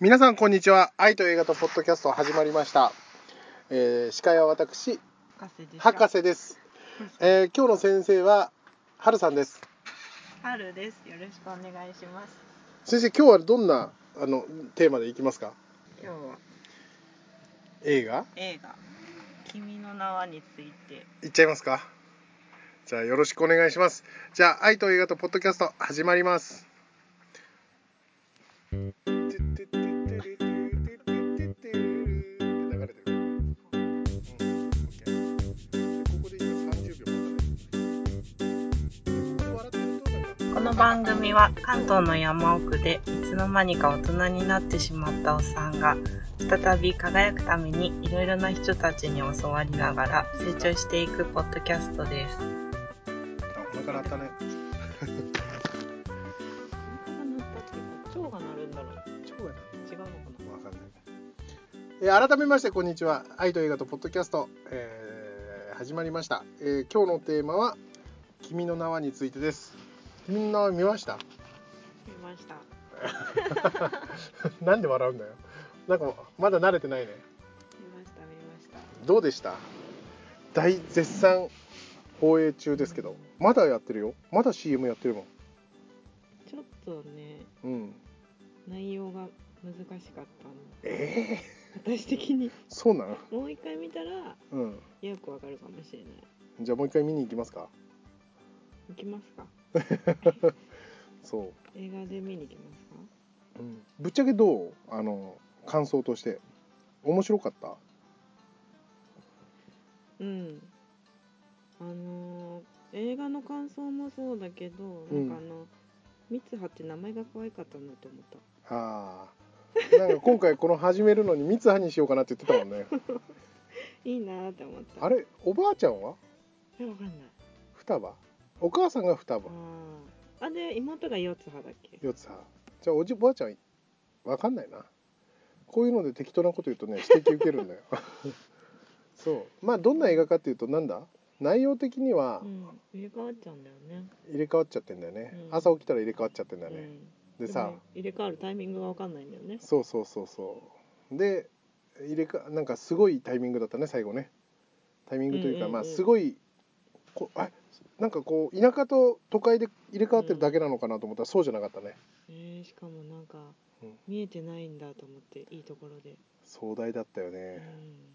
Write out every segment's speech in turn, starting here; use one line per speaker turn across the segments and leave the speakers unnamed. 皆さんこんにちは愛と映画とポッドキャスト始まりました、えー司会は私
博士です。
博。士です、えー今日の先生は春さんです
春です。よろしくお願いします。
先生今日はどんなあのテーマでいきますか
今日は
映画
映画君の名はについて。
いっちゃいますかじゃあよろしくお願いしますじゃあ愛と映画とポッドキャスト始まります流れてるうん、OK でここで今30秒待たないといけない。ここで笑ってるとなんか
この番組は関東の山奥でいつの間にか大人になってしまったおっさんが再び輝くためにいろいろな人たちに教わりながら成長していくポッドキャストです。
あお腹鳴ったね。
腸が鳴るんだ
超やな。
ろう。違うのか
わかんない。えー改めましてこんにちは。愛と映画とポッドキャスト、えー始まりました、えー今日のテーマは君の名はについてです。君の名は見ました。
見ました。
なんで笑うんだよ。なんかまだ慣れてないね。
見ました。見ました。
どうでした大絶賛放映中ですけどまだやってるよまだ CM やってるもん
ちょっとね。
うん
内容が難しかったの
ええ
私的に
そうなの
もう一回見たら
うん
よくわかるかもしれない
じゃあもう一回見に行きますか
行きますか
そ
映画で見に行きますか
う、うん、ぶっちゃけどうあの感想として面白かった
うんあのー映画の感想もそうだけど、
うん
なんかあのミツハって名前が可愛かったなと思った
あーなんか今回この始めるのに三葉にしようかなって言ってたもん ね
いいなーって思った
あれおばあちゃんは
えわかんない
双葉お母さんが双葉
あーあで妹が四つ葉だっけ
四つ葉じゃあおじおばあちゃんわかんないなこういうので適当なこと言うとね指摘受けるんだよ そうまあどんな映画かっていうとなんだ内容的には
うん入れ替わっちゃうんだよね
入れ替わっちゃってんだよね、
うん
朝起きたら入れ替わっちゃってんだよね、
うん、
でさ
も入れ替わるタイミングがわかんないんだよね
そうそうそうそうで入れかなんかすごいタイミングだったね最後ねタイミングというか、
うんうんうん
まあすごいこあなんかこう田舎と都会で入れ替わってるだけなのかなと思ったらそうじゃなかったね
えー、しかもなんか、
うん
見えてないんだと思っていいところで、
壮大だったよね、
うん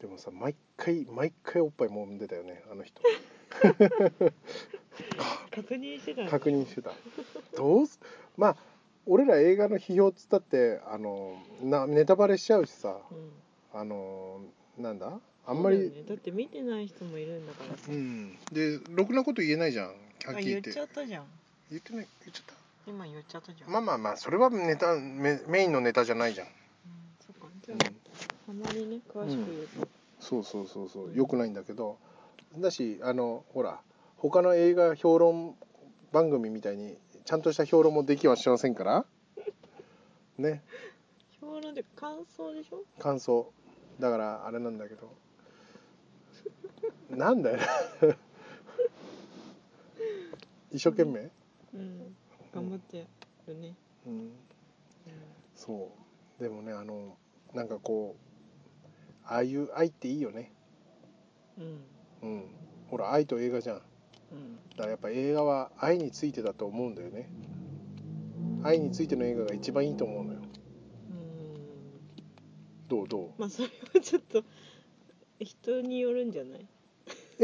でもさ毎回毎回おっぱい揉んでたよねあの人
確認してたの
確認してたどうすまあ俺ら映画の批評っつったってあのなネタバレしちゃうしさ
うん、
あのなんだあんまり
そうだ,、ね、だって見てない人もいるんだからさ
んでろくなこと言えないじゃんはっ
あ
きり
言
言
っ
って
ちゃったじゃん
言ってない言っちゃっ
今言っちゃったじゃ
た
ん、
まあまあまあそれはネタメメインのネタじゃないじゃん、
うん、そっかじ
う
ゃ
ん
あ、あまりね詳しく言うと、
そうそうそうそううんよくないんだけどだしあのほら他の映画評論番組みたいにちゃんとした評論もできはしません からね
評論で感想でしょ
感想だからあれなんだけどなん だよ一生懸命、
うん頑張ってるね、
うん、
うん
そうでもねあのなんかこうああいう愛っていいよね
うん
うんほら愛と映画じゃん
うん
だからやっぱ映画は愛についてだと思うんだよね愛についての映画が一番いいと思うのよ
うん
どうど
まあそれはちょっと人によるんじゃないう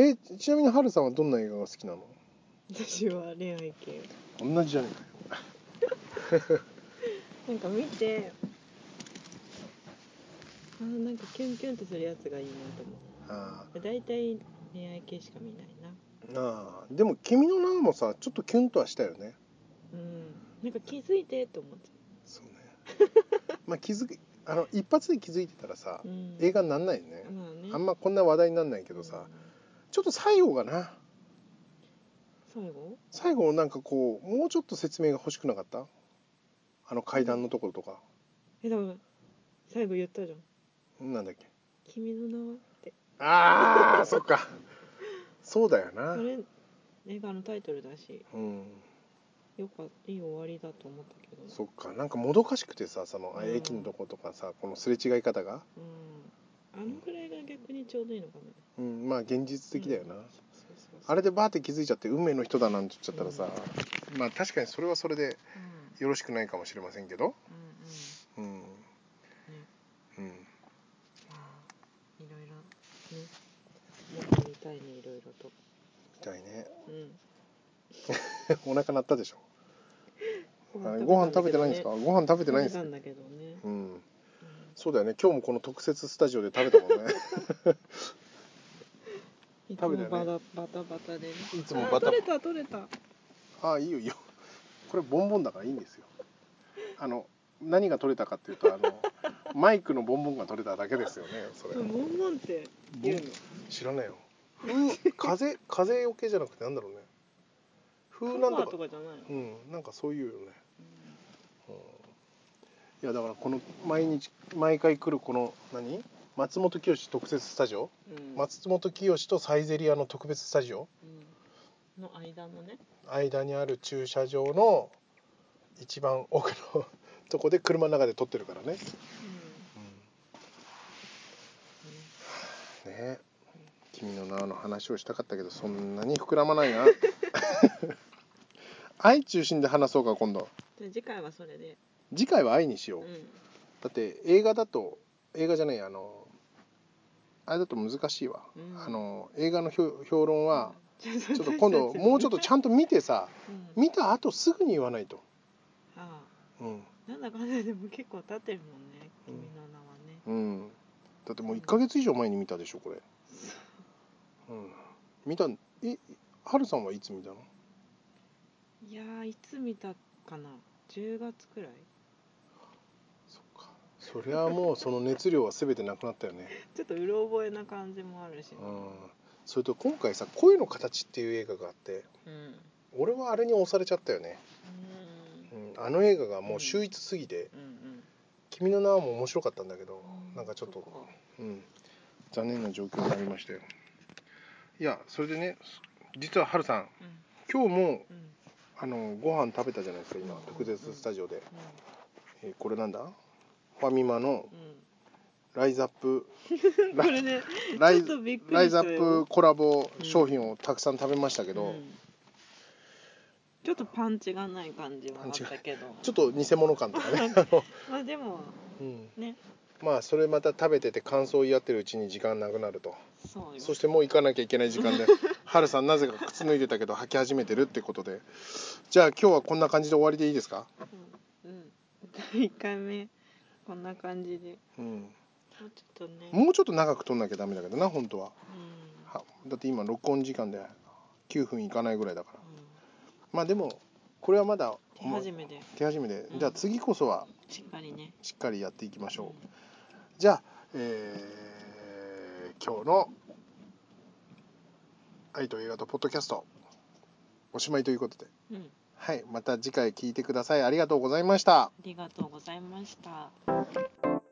えちなみにハルさんはどんな映画が好きなの
私は恋愛系
同じじゃね
なんか見てあーなんかキュンキュンとするやつがいいなと思
えかよあ
う大体恋愛系しか見ないな
ーあーでも「君の名は」もさちょっとキュンとはしたよね
うんなんか気づいてと思っち
そうね まあ気づくあの一発で気づいてたらさ
ゃう、うん、
映画になんないよね
まあね
あんまこんな話題になんないけ
け
どさちょっと最後がな
最後
最後なんかこうもうちょっと説明が欲しくなかったあの階段のところとか
えでも最後言ったじゃん
なんだっけ
「君の名は」って
あーそっかそうだよな
あれ映画のタイトルだし
うん
よかいい終わりだと思ったけど
そっかなんかもどかしくてさその、
うん
駅のとことかさこのすれ違い方が、
うんあのぐらいが逆にちょうどいいのかな
うん、まあ現実的だよな、
そうそうそう
あれでバーって気づいちゃって運命の人だなんて言っちゃったらさ、まあ確かにそれはそれで
うん
よろしくないかもしれませんけど
うんうん
うんうん
まあいろいろねやってみたいねいろいろと
痛いね
うん
お腹鳴ったでしょ
ご
あご飯食べてないんですか、ご飯食べ
食
て
べ
ないんで
て
す
た
か
んだけどね
うん
うん
そうだよね今日もこの特設スタジオで食べたもんね
いつ
食
も
べたよね
バタバタバタで、ね、
いつも
あー
バタ
取れた取れた
ああいいよいいよこれボンボンだからいいんですよあの何が取れたかっていうとあのマイクのボンボンが取れただけですよねそれ
ボンボンって言うの
知らないよ風風よけじゃなくてなんだろうね風なん
カ
と
バ
か
ーとかじゃないの、
うんなんかそういうよね、うんいやだからこの毎日毎回来るこの何松本清特設スタジオ
うん
松本清とサイゼリアの特別スタジオ
うんの間のね
間にある駐車場の一番奥のとこで車の中で撮ってるからね、ね君の名の話をしたかったけどそんなに膨らまない な愛中心で話そうか今度
じゃあ次回はそれで、
次回は愛にしよう、
うん
だって映画だと映画じゃないあのあれだと難しいわ、
うん
あの映画の評評論は
ち
ちょっと今 度もうちょっとちゃんと見てさ
うん
見た後すぐに言わないと、
あ
うん
あなんだかんだでも結構経ってるもんね
う
君
ん
の名はね、
うん、だってもう1か月以上前に見たでしょこれ、うん、見たえはるさんはいつ見たの
いやーいつ見たかな10月くらい
そっかそりゃもうその熱量は全てなくなったよね、
ちょっとうろ覚えな感じもあるしね、
うん、それと今回さ「恋の形」っていう映画があって
うんうん
俺はあれに押されちゃったよね、うん、あの映画がもう秀逸すぎて
うんうん
「君の名は」も面白かったんだけど
うん
なんかちょっと
そ、か
うん、残念な状況になりましたよいやそれでね実ははるさん
うん
今日も
うん
あのご飯食べたじゃないですか今
うん
特設スタジオで、えーこれなんだファミマの
うんうん
ライズアップ
これね、
ラ
ちょ
イ
っとびっくりしたよ
ライズアップコラボ商品をたくさん食べましたけど、
うんちょっとパンチがない感じはあったけど
ちょっと偽物感とか ね、
まあでも
うん
ね
まあそれまた食べてて感想を言い合ってるうちに時間なくなると
そうよ
そしてもう行かなきゃいけない時間 でハルさんなぜか靴脱いでたけど履き始めてるってことでじゃあ今日はこんな感じで終わりでいいですか、
うん、うん、 第1回目こんな感じで
うん、
もうちょっとね
もうちょっと長く撮んなきゃダメだけどな本当は
うん
はだって今録音時間で9分いかないぐらいだからまあでもこれはまだ
うん、手始めで
手始めで
うん
じゃあ次こそは
しっかりね
しっかりやっていきましょうじゃあえー今日の「愛と映画とポッドキャスト」おしまいということで
うん、うん、
はいまた次回聞いてくださいありがとうございました
ありがとうございました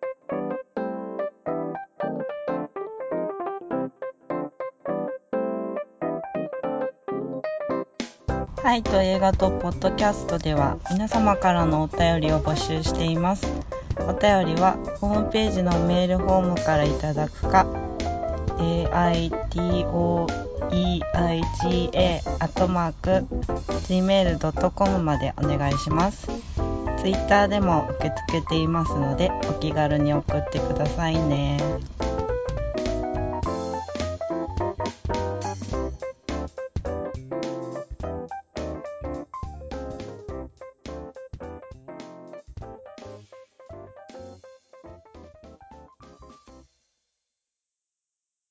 はいと映画とポッドキャストでは皆様からのお便りを募集していますお便りはホームページのメールフォームからいただくか aitoeiga.gmail.com までお願いしますツイッターでも受け付けていますのでお気軽に送ってくださいね